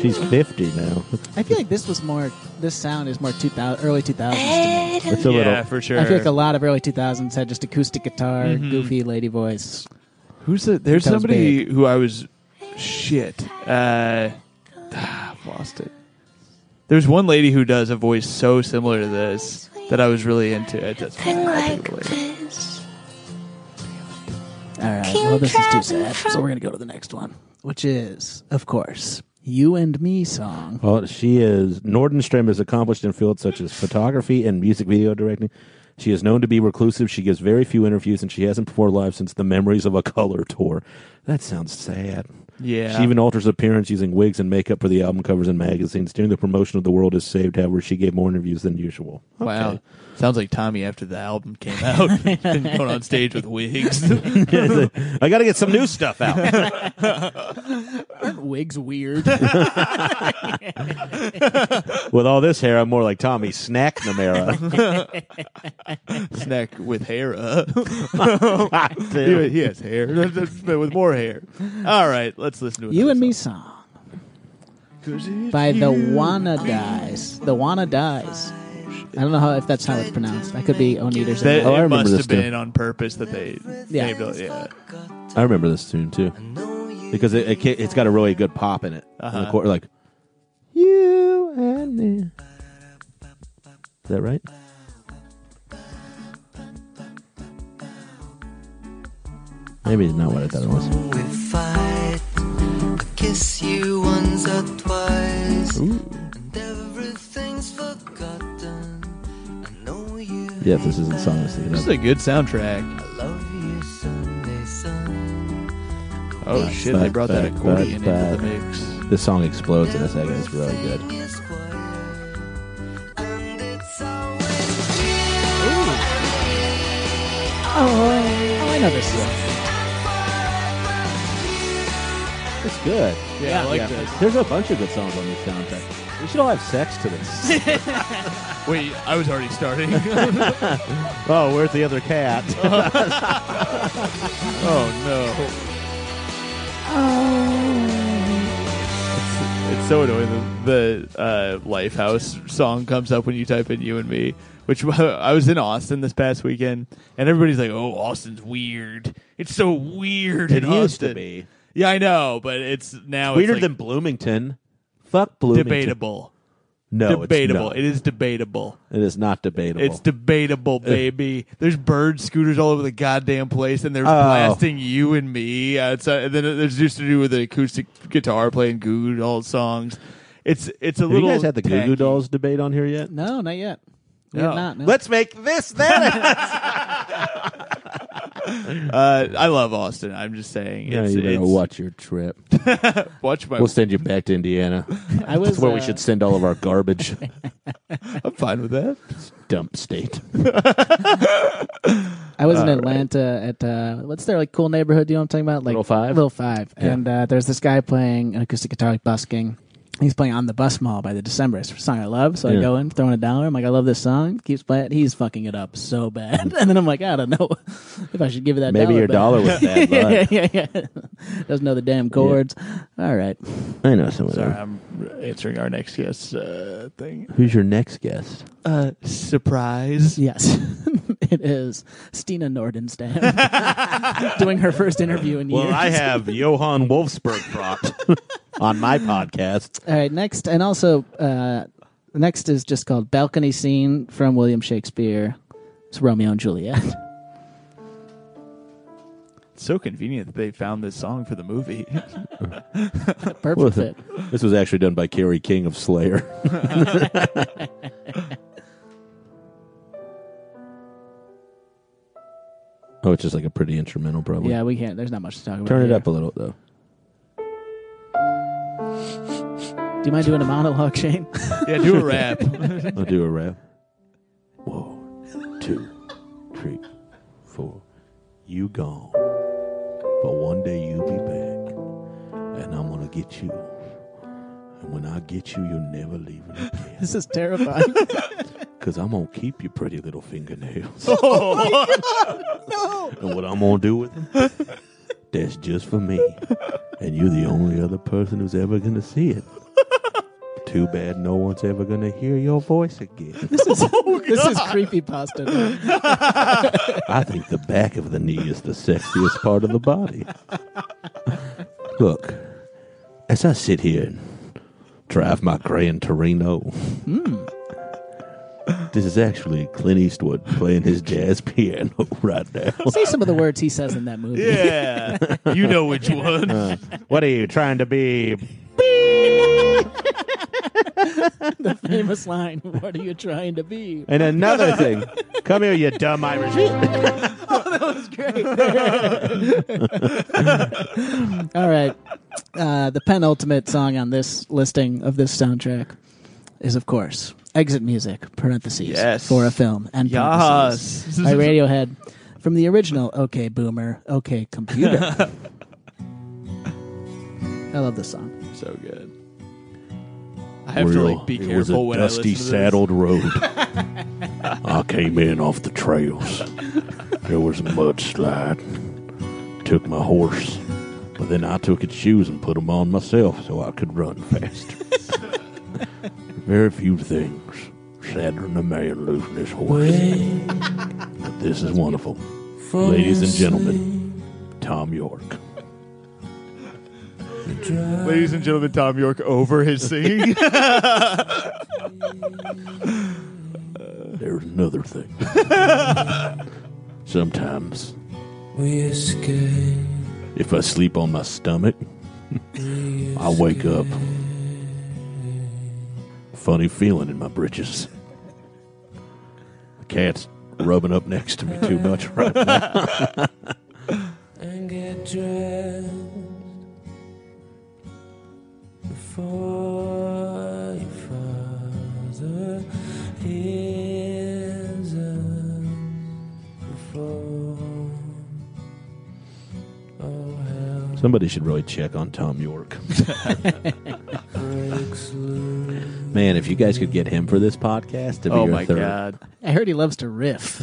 S1: She's 50 now.
S3: I feel like this was more. This sound is more 2000, early 2000s. To me.
S6: Little
S1: It's a
S2: yeah,
S1: little.
S2: for sure.
S3: I feel like a lot of early 2000s had just acoustic guitar, goofy lady voice.
S2: Who's the? There's
S3: That was
S2: somebody who I was shit. Uh, ah, I've lost it. There's one lady who does a voice so similar to this that I was really into. It doesn't
S6: thing
S2: matter. I'll
S6: like
S2: think of it later.
S6: this.
S3: All right. Well, this is too sad. So we're gonna go to the next one, which is, of course, "You and Me" song.
S1: Well, she is. Nordenstrom is accomplished in fields such as photography and music video directing. She is known to be reclusive. She gives very few interviews, and she hasn't performed live since the Memories of a Color tour. That sounds sad.
S2: Yeah.
S1: She even alters appearance using wigs and makeup for the album covers and magazines. During the promotion of The World Is Saved, however, she gave more interviews than usual.
S2: Wow. Sounds like Tommy after the album came out. He's been going on stage with wigs.
S1: I got to get some new stuff out.
S3: Aren't wigs weird?
S1: With all this hair, I'm more like Tommy Snack Namera.
S2: Snack with hair up. he, he has hair. but with more hair. All right, let's listen to it.
S3: "You and Me" song by the Wanna Dies. The Wanna Dies. I don't know how if that's how it's pronounced. That could be Oneaters.
S2: That,
S1: Oh, I
S2: it
S1: remember
S2: must
S1: this
S2: have
S1: too.
S2: been on purpose that they
S3: Yeah.
S2: named it. Yeah.
S1: I remember this tune too because it, it ca- it's got a really good pop in it. In the
S2: Uh-huh.
S1: chor- like you and me. Is that right? Maybe it's not what I thought it was.
S7: we fight. I kiss you once or twice, and everything's forgotten. I know you.
S1: Yeah, if this isn't the song I was thinking
S2: This is
S1: of.
S2: a good soundtrack.
S7: I love you, Sunday sun.
S2: Oh shit, they brought that
S1: Back, back,
S2: accordion into
S1: back.
S2: the mix.
S1: This song explodes in a second. It's really good.
S7: Everything is quiet, and it's always.
S3: Oh, I know this song.
S1: It's good.
S2: Yeah, I like this.
S1: There's a bunch of good songs on this soundtrack. We should all have sex to this.
S2: Wait, I was already starting.
S1: oh, where's the other cat?
S2: oh no. It's so annoying. The, the uh, Lifehouse song comes up when you type in "you and me," which I was in Austin this past weekend, and everybody's like, "Oh, Austin's weird. It's so weird."
S1: it
S2: in
S1: used to
S2: Austin."
S1: be
S2: Yeah, I know, but it's now
S1: weirder
S2: Oh, it's
S1: than
S2: like
S1: Bloomington. Fuck Bloomington.
S2: debatable.
S1: No, it's
S2: debatable.
S1: not.
S2: It is debatable.
S1: It is not debatable. Uh,
S2: It's debatable, baby. There's bird scooters all over the goddamn place, and they're
S1: Oh.
S2: blasting you and me outside. And then there's just to do with the acoustic guitar playing Goo Goo Dolls songs. It's it's a
S1: Have you
S2: little.
S1: guys had the Goo Goo
S2: tacky.
S1: Dolls debate on here yet?
S3: No, not yet. We
S2: No.
S3: have not. No.
S1: Let's make this that.
S2: Uh, I love Austin. I'm just saying.
S1: yeah,
S2: it's,
S1: you better
S2: it's-
S1: watch your trip.
S2: Watch my.
S1: We'll send you back to Indiana.
S3: I was
S1: That's where we
S3: uh,
S1: should send all of our garbage.
S2: I'm fine with that.
S1: Dump state.
S3: I was in Atlanta at uh, what's their like cool neighborhood? You know what I'm talking about? Like
S1: Little Five?
S3: Little Five.
S1: Yeah.
S3: And uh, there's this guy playing an acoustic guitar, like busking. He's playing on the bus mall by the Decemberists, a song I love. So
S1: Yeah.
S3: I go in, throw in a dollar. I'm like, I love this song. Keeps playing. He's fucking it up so bad. And then I'm like, I don't know if I should give you that.
S1: Maybe
S3: dollar
S1: your dollar was
S3: back.
S1: bad
S3: yeah,
S1: luck.
S3: yeah, yeah. Doesn't know the damn chords. All right.
S1: I know some of
S2: Sorry,
S1: them.
S2: I'm answering our next guest uh, thing.
S1: Who's your next guest?
S2: Uh, surprise.
S3: Yes, it is Stina Nordenstam doing her first interview in
S1: Well,
S3: years.
S1: I have Johann Wolfsberg props on my podcast.
S3: All right, next, and also uh, next is just called Balcony Scene from William Shakespeare. It's Romeo and Juliet.
S2: It's so convenient that they found this song for the movie.
S3: Perfect fit.
S1: This was actually done by Carrie King of Slayer. oh, it's just like a pretty instrumental, probably.
S3: Yeah, we can't. There's not much to talk about.
S1: Turn it
S3: here.
S1: up a little, though.
S3: Do you mind doing a monologue, Shane?
S2: yeah, do a rap.
S1: I'll do a rap. One, two, three, four. You gone. But one day you'll be back. And I'm going to get you. And when I get you, you'll never leave it again.
S3: this is terrifying.
S1: Because I'm going to keep your pretty little fingernails. And what I'm going to do with them, that's just for me. And you're the only other person who's ever going to see it. Too bad no one's ever going to hear your voice again.
S3: this is
S1: Oh,
S3: this is creepy pasta.
S1: I think the back of the knee is the sexiest part of the body. Look, as I sit here and drive my Grand Torino, this is actually Clint Eastwood playing his jazz piano right now.
S3: Say some of the words he says in that movie.
S2: yeah, you know which one.
S1: What are you trying to be?
S3: the famous line. What are you trying to be?
S1: And another thing, come here, you dumb Irish.
S3: All right. Uh, the penultimate song on this listing of this soundtrack is, of course, exit music (parentheses)
S2: Yes.
S3: for a film and parentheses
S2: Yes.
S3: by Radiohead from the original "OK Boomer, OK Computer." I love this song.
S2: so good. I have to like be
S1: it
S2: careful
S1: was a
S2: when I
S1: dusty,
S2: listen to
S1: saddled road. I came in off the trails. There was a mudslide. Took my horse, but then I took its shoes and put them on myself so I could run faster. Very few things sadder than a man losing his horse, but this is one of them. Ladies and gentlemen, Tom York.
S2: This. Ladies and gentlemen, Tom York over his singing.
S1: There's another thing. Sometimes
S5: We escape.
S1: If I sleep on my stomach, I wake up. Funny feeling in my britches. The cat's rubbing up next to me too much right now.
S5: and get dressed before your father hears us before all hell
S1: Somebody should really check on Tom York.
S5: breaks loose.
S1: Man, if you guys could get him for this podcast, to be
S2: oh
S1: your
S2: my
S1: third.
S2: god!
S3: I heard he loves to riff.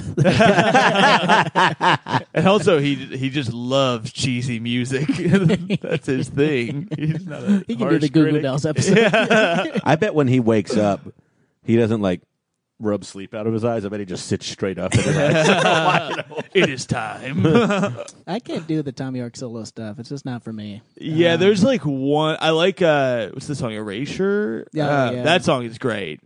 S2: And also, he he just loves cheesy music. That's his thing. He's not a
S3: He can do
S2: harsh
S3: the Goo Goo
S2: critic.
S3: Dolls episode.
S1: I bet when he wakes up, he doesn't like rub sleep out of his eyes. I bet he just sits straight up. And relaxes.
S2: It is time.
S3: I can't do the Tommy York solo stuff. It's just not for me.
S2: yeah, there's like one. I like uh, what's the song? Erasure.
S3: Yeah,
S2: Uh,
S3: yeah.
S2: that song is great.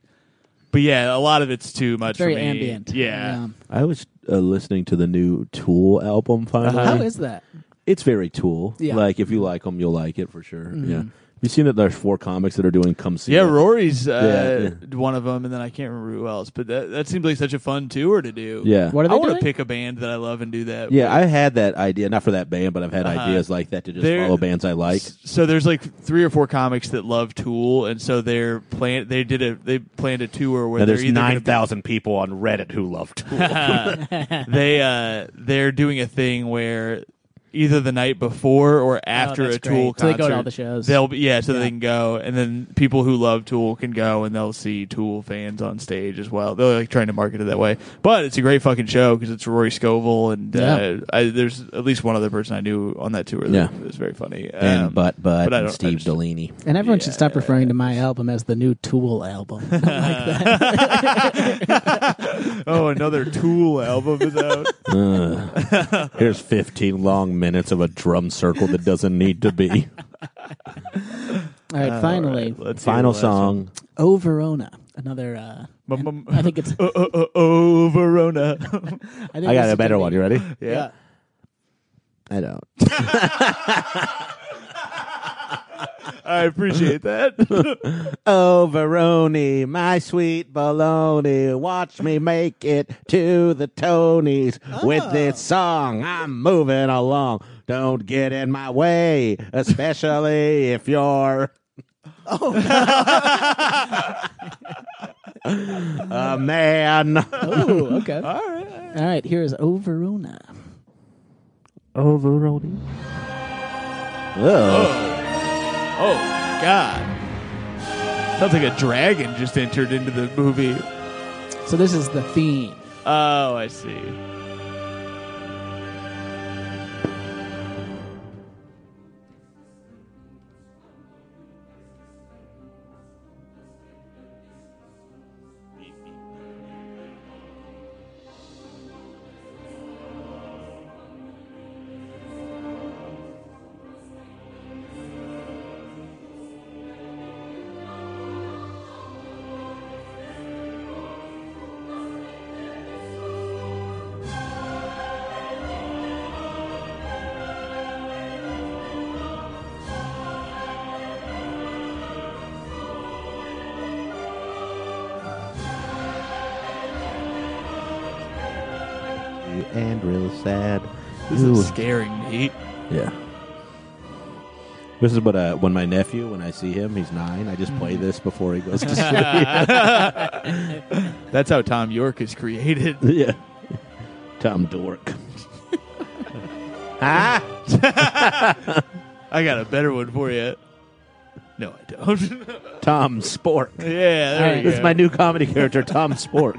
S2: But yeah, a lot of it's too much
S3: Very
S2: for me.
S3: ambient.
S2: Yeah.
S1: I was uh, listening to the new Tool album finally.
S3: Yeah. Uh-huh. How is that?
S1: it's very Tool.
S3: Yeah. Mm-hmm.
S1: Like if you like them, you'll like it for sure. Yeah. You seen that there's four comics that are doing come see?
S2: Yeah,
S1: It?
S2: Rory's uh,
S1: Yeah,
S2: one of them, and then I can't remember who else. But that, that seems like such a fun tour to do.
S1: Yeah.
S3: What are they
S2: I want
S3: doing?
S2: to pick a band that I love and do that.
S1: Yeah, I had that idea not for that band, but I've had
S2: Uh-huh.
S1: ideas like that to just
S2: There-
S1: follow bands I like.
S2: So there's like three or four comics that love Tool, and so they're plan. They did a they planned a tour where
S1: Now,
S2: they're
S1: there's
S2: either gonna
S1: nine thousand people on Reddit who love Tool.
S2: be- they uh, they're doing a thing where either the night before or after
S3: Oh, that's
S2: a Tool
S3: great. So they
S2: concert.
S3: go to all the shows.
S2: They'll be yeah, so
S3: Yeah.
S2: they can go, and then people who love Tool can go, and they'll see Tool fans on stage as well. They're like trying to market it that way, but it's a great fucking show because it's Rory Scovel and
S3: Yeah.
S2: uh, I, there's at least one other person I knew on that tour.
S1: Yeah.
S2: that was very funny.
S1: and
S2: Um,
S1: Butt Butt
S2: but I
S1: and
S2: don't- I
S1: Steve
S2: just-
S1: Delaney.
S3: And everyone should stop
S2: Yeah.
S3: referring to my album as the new Tool album. I like that.
S2: oh, another Tool album is out.
S1: Ugh. Here's 15 long minutes of a drum circle that doesn't need to be.
S3: All right, finally,
S2: All right, let's hear
S1: Final
S2: the last
S1: song.
S3: O Verona, another. Uh,
S2: one. Bum, bum.
S3: I think it's.
S2: Oh, oh, oh, oh, Verona.
S3: I, think
S1: I got
S3: this
S1: a better
S3: is-
S1: one. You ready?
S2: yeah.
S1: I don't.
S2: I appreciate that.
S1: Oh, Veroni, my sweet baloney, watch me make it to the Tonys with this song. I'm moving along. Don't get in my way, especially if you're. Oh. a man.
S3: Oh, okay. all right. All right. Here is O Verona.
S1: Oh,
S2: oh God! Sounds like a dragon just entered into the movie.
S3: So this is the theme.
S2: Oh, I see.
S1: and real sad.
S2: This
S1: Ooh.
S2: is scaring me.
S1: Yeah. This is what uh, when my nephew, when I see him, he's nine. I just play this before he goes to sleep.
S2: That's how Tom York is created.
S1: yeah. Tom Dork. huh?
S2: I got a better one for you. No, I don't.
S1: Tom Spork.
S2: yeah, there you
S3: Alright,
S2: go.
S1: This is my new comedy character, Tom Spork.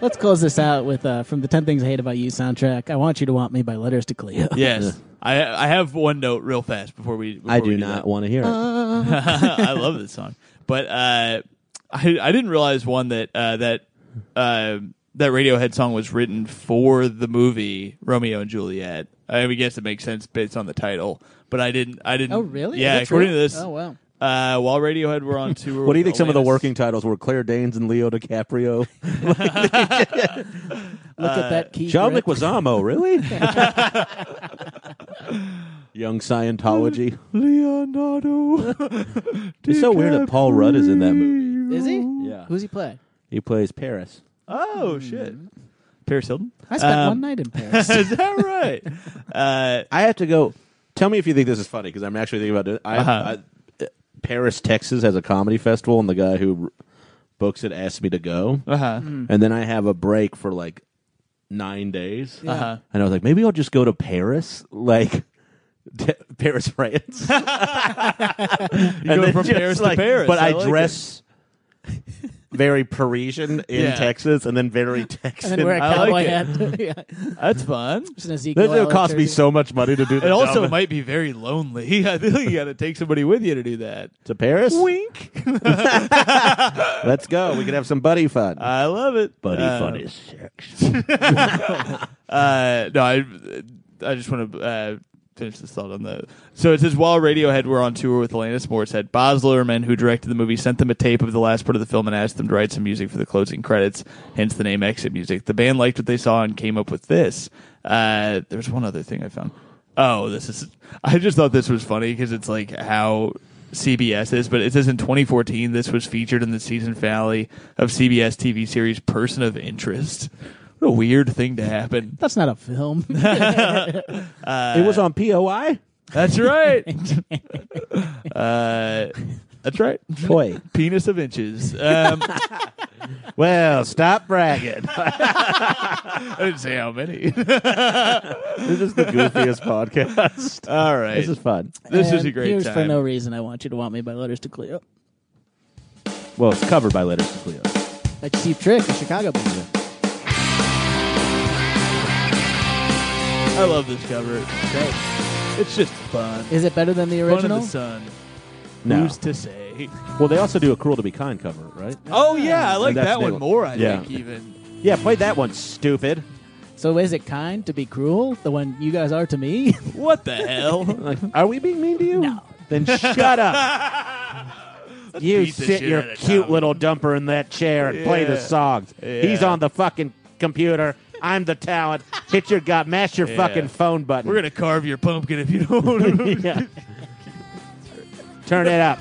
S3: Let's close this out with uh, from the Ten Things I Hate About You soundtrack. I want you to want me by Letters to Cleo.
S2: yes. I I have one note real fast before we. Before
S1: I
S2: we
S1: do
S2: that.
S1: not want to hear it.
S2: I love this song, but uh, I I didn't realize one that uh, that uh, that Radiohead song was written for the movie Romeo and Juliet. I mean, I guess it makes sense based on the title, but I didn't. I didn't.
S3: Oh, really? Is
S2: Yeah,
S3: that
S2: according
S3: true?
S2: to this.
S3: Oh, wow.
S2: Uh, while Radiohead were on tour,
S1: What do you
S2: with
S1: think some of the
S2: Atlantis-
S1: working titles were? Claire Danes and Leo DiCaprio.
S3: Look at that key.
S1: John
S3: grip.
S1: Leguizamo, really? Young Scientology.
S2: Leonardo.
S1: It's so weird that Paul Rudd is in that movie.
S3: Is he?
S1: Yeah.
S3: Who's he play?
S1: He plays Paris.
S2: Oh shit, Paris Hilton.
S3: I spent
S2: Um,
S3: one night in Paris.
S2: is that right? Uh,
S1: I have to go. Tell me if you think this is funny because I'm actually thinking about it. I,
S2: Uh-huh.
S1: I- Paris, Texas has a comedy festival, and the guy who books it asked me to go.
S2: uh-huh.
S1: And then I have a break for like nine days.
S2: Uh-huh.
S1: And I was like, maybe I'll just go to Paris, like t- Paris, France. and
S2: go
S1: then
S2: from
S1: just,
S2: Paris to
S1: like-
S2: Paris.
S1: But
S2: I
S1: I,
S2: like it.
S1: dress. Very Parisian in
S2: Yeah.
S1: Texas, and then very Texan.
S3: and then wear a
S2: I like
S3: cowboy
S2: it.
S3: hat. yeah.
S2: That's fun.
S3: Just an Ezekiel
S1: That would
S3: Elliott
S1: cost me
S3: jersey.
S1: so much money to do.
S2: It
S1: the
S2: also
S1: dumb-
S2: might be very lonely. I feel like you got to take somebody with you to do that.
S1: to Paris.
S2: Wink.
S1: Let's go. We could have some buddy fun.
S2: I love it. Uh,
S1: is sex.
S2: Uh, no, I, I just want to uh, finish this thought on the. So it says while Radiohead were on tour with Alanis Morissette, Boz Luhrmann, who directed the movie, sent them a tape of the last part of the film and asked them to write some music for the closing credits. Hence the name Exit Music. The band liked what they saw and came up with this. Uh, there's one other thing I found. Oh, this is. I just thought this was funny because it's like how CBS is, but it says in 2014 this was featured in the season finale of CBS TV series Person of Interest. What a weird thing to happen.
S3: That's not a film.
S1: it was on POI.
S2: That's right. uh, That's right.
S1: Toy.
S2: Penis of inches. Um,
S1: Well, stop bragging.
S2: I didn't say how many.
S1: this is the goofiest podcast.
S2: All right.
S1: This is fun.
S2: This is
S3: And
S2: a great
S3: here's
S2: time.
S3: for no reason. I want you to want me by letters to Cleo.
S1: Well, it's covered by Letters to Cleo.
S3: Like Steve Trick, a Chicago band.
S2: I love this cover.
S3: Great.
S2: It's just fun.
S3: Is it better than the
S2: fun in
S3: original?
S2: the sun.
S1: No.
S2: Who's to say?
S1: Well, they also do a Cruel to Be Kind cover, right?
S2: Oh yeah, I like
S1: that's
S2: that
S1: the
S2: one
S1: one.
S2: more. I
S1: Yeah.
S2: think even.
S1: Yeah, play that one, stupid.
S3: So is it kind to be cruel? The one you guys are to me?
S2: What the hell?
S1: Like, are we being mean to you?
S3: No.
S1: Then shut up. you
S2: beat the
S1: sit
S2: shit
S1: your
S2: out of
S1: cute
S2: Tommy.
S1: little dumper in that chair and play the
S2: Yeah.
S1: songs. He's
S2: Yeah.
S1: on the fucking computer. I'm the talent. Hit your gut. Mash your
S2: Yeah.
S1: fucking phone button.
S2: We're gonna carve your pumpkin if you don't.
S1: yeah. Turn it up.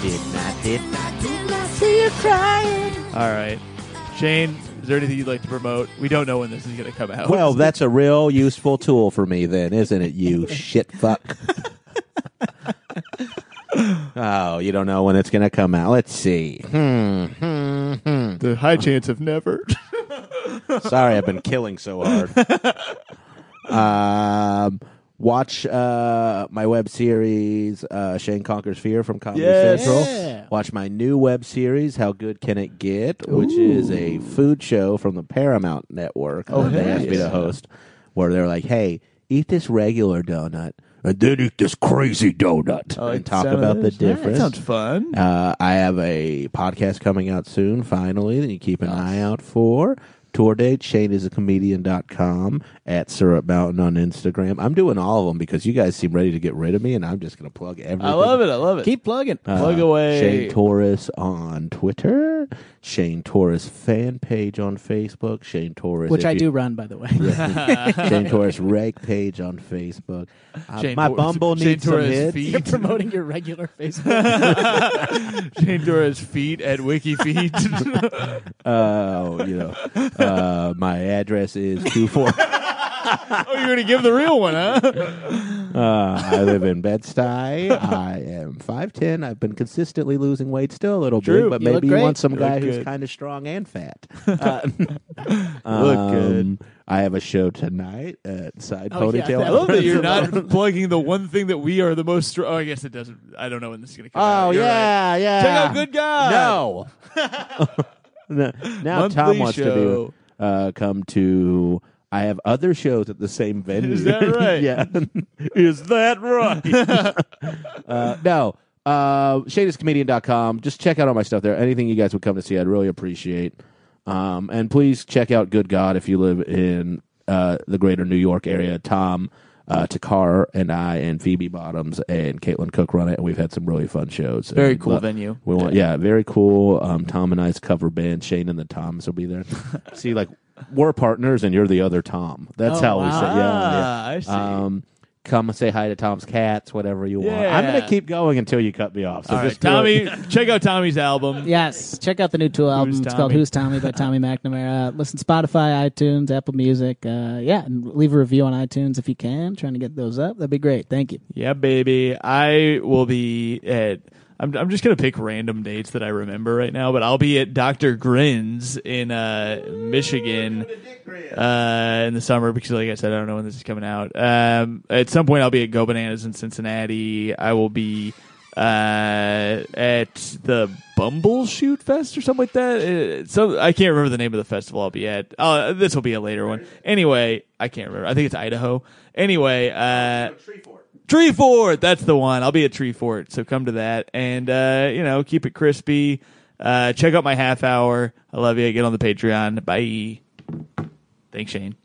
S1: Did not did.
S2: All right, Shane. Is there anything you'd like to promote? We don't know when this is gonna come out.
S1: Well, that's a real useful tool for me, then, isn't it? You shit fuck. oh, you don't know when it's going to come out. Let's see. Hmm, hmm, hmm.
S2: the high chance of never.
S1: Sorry, I've been killing so hard. Um, watch uh, my web series, uh, Shane Conquers Fear from Comedy
S2: Yes.
S1: Central.
S3: Yeah.
S1: Watch my new web series, How Good Can It Get, which is a food show from the Paramount Network
S2: Oh,
S1: that they
S2: nice.
S1: asked me to host, where they're like, hey, eat this regular donut and then eat this crazy donut and talk about the difference.
S2: That Oh, sounds fun.
S1: Uh, I have a podcast coming out soon, finally, that you keep an eye out for. Tour date, shaneisacomedian.com, at Syrup Mountain on Instagram. I'm doing all of them because you guys seem ready to get rid of me, and I'm just going to plug everything. Uh,
S2: I love it. I love it.
S3: Keep plugging.
S2: plug away.
S1: Shane Torres on Twitter, Shane Torres fan page on Facebook, Shane Torres.
S3: Which
S1: if
S3: I
S1: you-
S3: do run, by the way.
S1: Shane Torres reg page on Facebook. Uh,
S2: Shane
S1: my
S2: Torres-
S1: Bumble
S2: Shane
S1: needs some
S2: Torres
S1: hits.
S2: feet.
S3: You're promoting your regular Facebook.
S2: Shane Dora's feet at Wiki Feet.
S1: Uh, you know, uh, my address is two four.
S2: oh, you're gonna give the real one, huh?
S1: Uh, I live in Bed-Stuy. I am 5'10". I've been consistently losing weight still a little
S2: True.
S1: bit, but
S3: You look
S1: maybe you
S3: great.
S1: want some
S2: You look
S1: guy who's
S2: good.
S1: kind of strong and fat. Uh,
S2: Look good.
S1: um, I have a show tonight at Side
S3: Oh, yeah,
S1: Ponytail.
S3: that
S2: I love that you're not plugging the one thing that we are the most. Str- oh, I guess it doesn't. I don't know when this is gonna come out.
S1: Oh,
S2: You're
S1: yeah,
S2: right.
S1: yeah.
S2: Check out Good God.
S1: No. No. Now Tom
S2: Monthly
S1: wants to do, uh, come to... I have other shows at the same venue.
S2: Is that right?
S1: yeah. Is that right? uh, no. Uh, ShadeisComedian.com. Just check out all my stuff there. Anything you guys would come to see, I'd really appreciate. Um, and please check out Good God if you live in uh, the greater New York area. Tom uh, Takar and I and Phoebe Bottoms and Caitlin Cook run it, and we've had some really fun shows.
S2: Very
S1: And
S2: cool
S1: lo-
S2: venue.
S1: We want, yeah, very cool. Um, Tom and I's cover band, Shane and the Toms, will be there. see, like we're partners, and you're the other Tom. That's
S3: Oh,
S1: how we
S3: wow.
S1: say. Yeah, yeah.
S2: Ah, I see.
S1: Um, come say hi to Tom's cats, whatever you want. I'm
S2: Yeah.
S1: gonna keep going until you cut me off. So
S2: All right,
S1: just do it.
S2: Tommy, check out Tommy's album.
S3: yes. Check out the new Tool album. It's called
S2: Tommy?
S3: Who's Tommy by Tommy McNamara. Listen Spotify, iTunes, Apple Music. Uh, yeah, and leave a review on iTunes if you can. Trying to get those up. That'd be great. Thank you.
S2: Yeah, baby. I will be at. I'm, I'm just gonna pick random dates that I remember right now, but I'll be at Dr. Grin's in uh, Michigan uh, in the summer because, like I said, I don't know when this is coming out. Um, at some point, I'll be at Go Bananas in Cincinnati. I will be uh, at the Bumble Shoot Fest or something like that. Uh, so I can't remember the name of the festival I'll be at. Uh, this will be a later one. Anyway, I can't remember. I think it's Idaho. Anyway. Uh, Tree Fort. That's the one. I'll be at Tree Fort, so come to that. And uh, you know, keep it crispy. Uh, check out my half hour. I love you. Get on the Patreon. Bye. Thanks, Shane.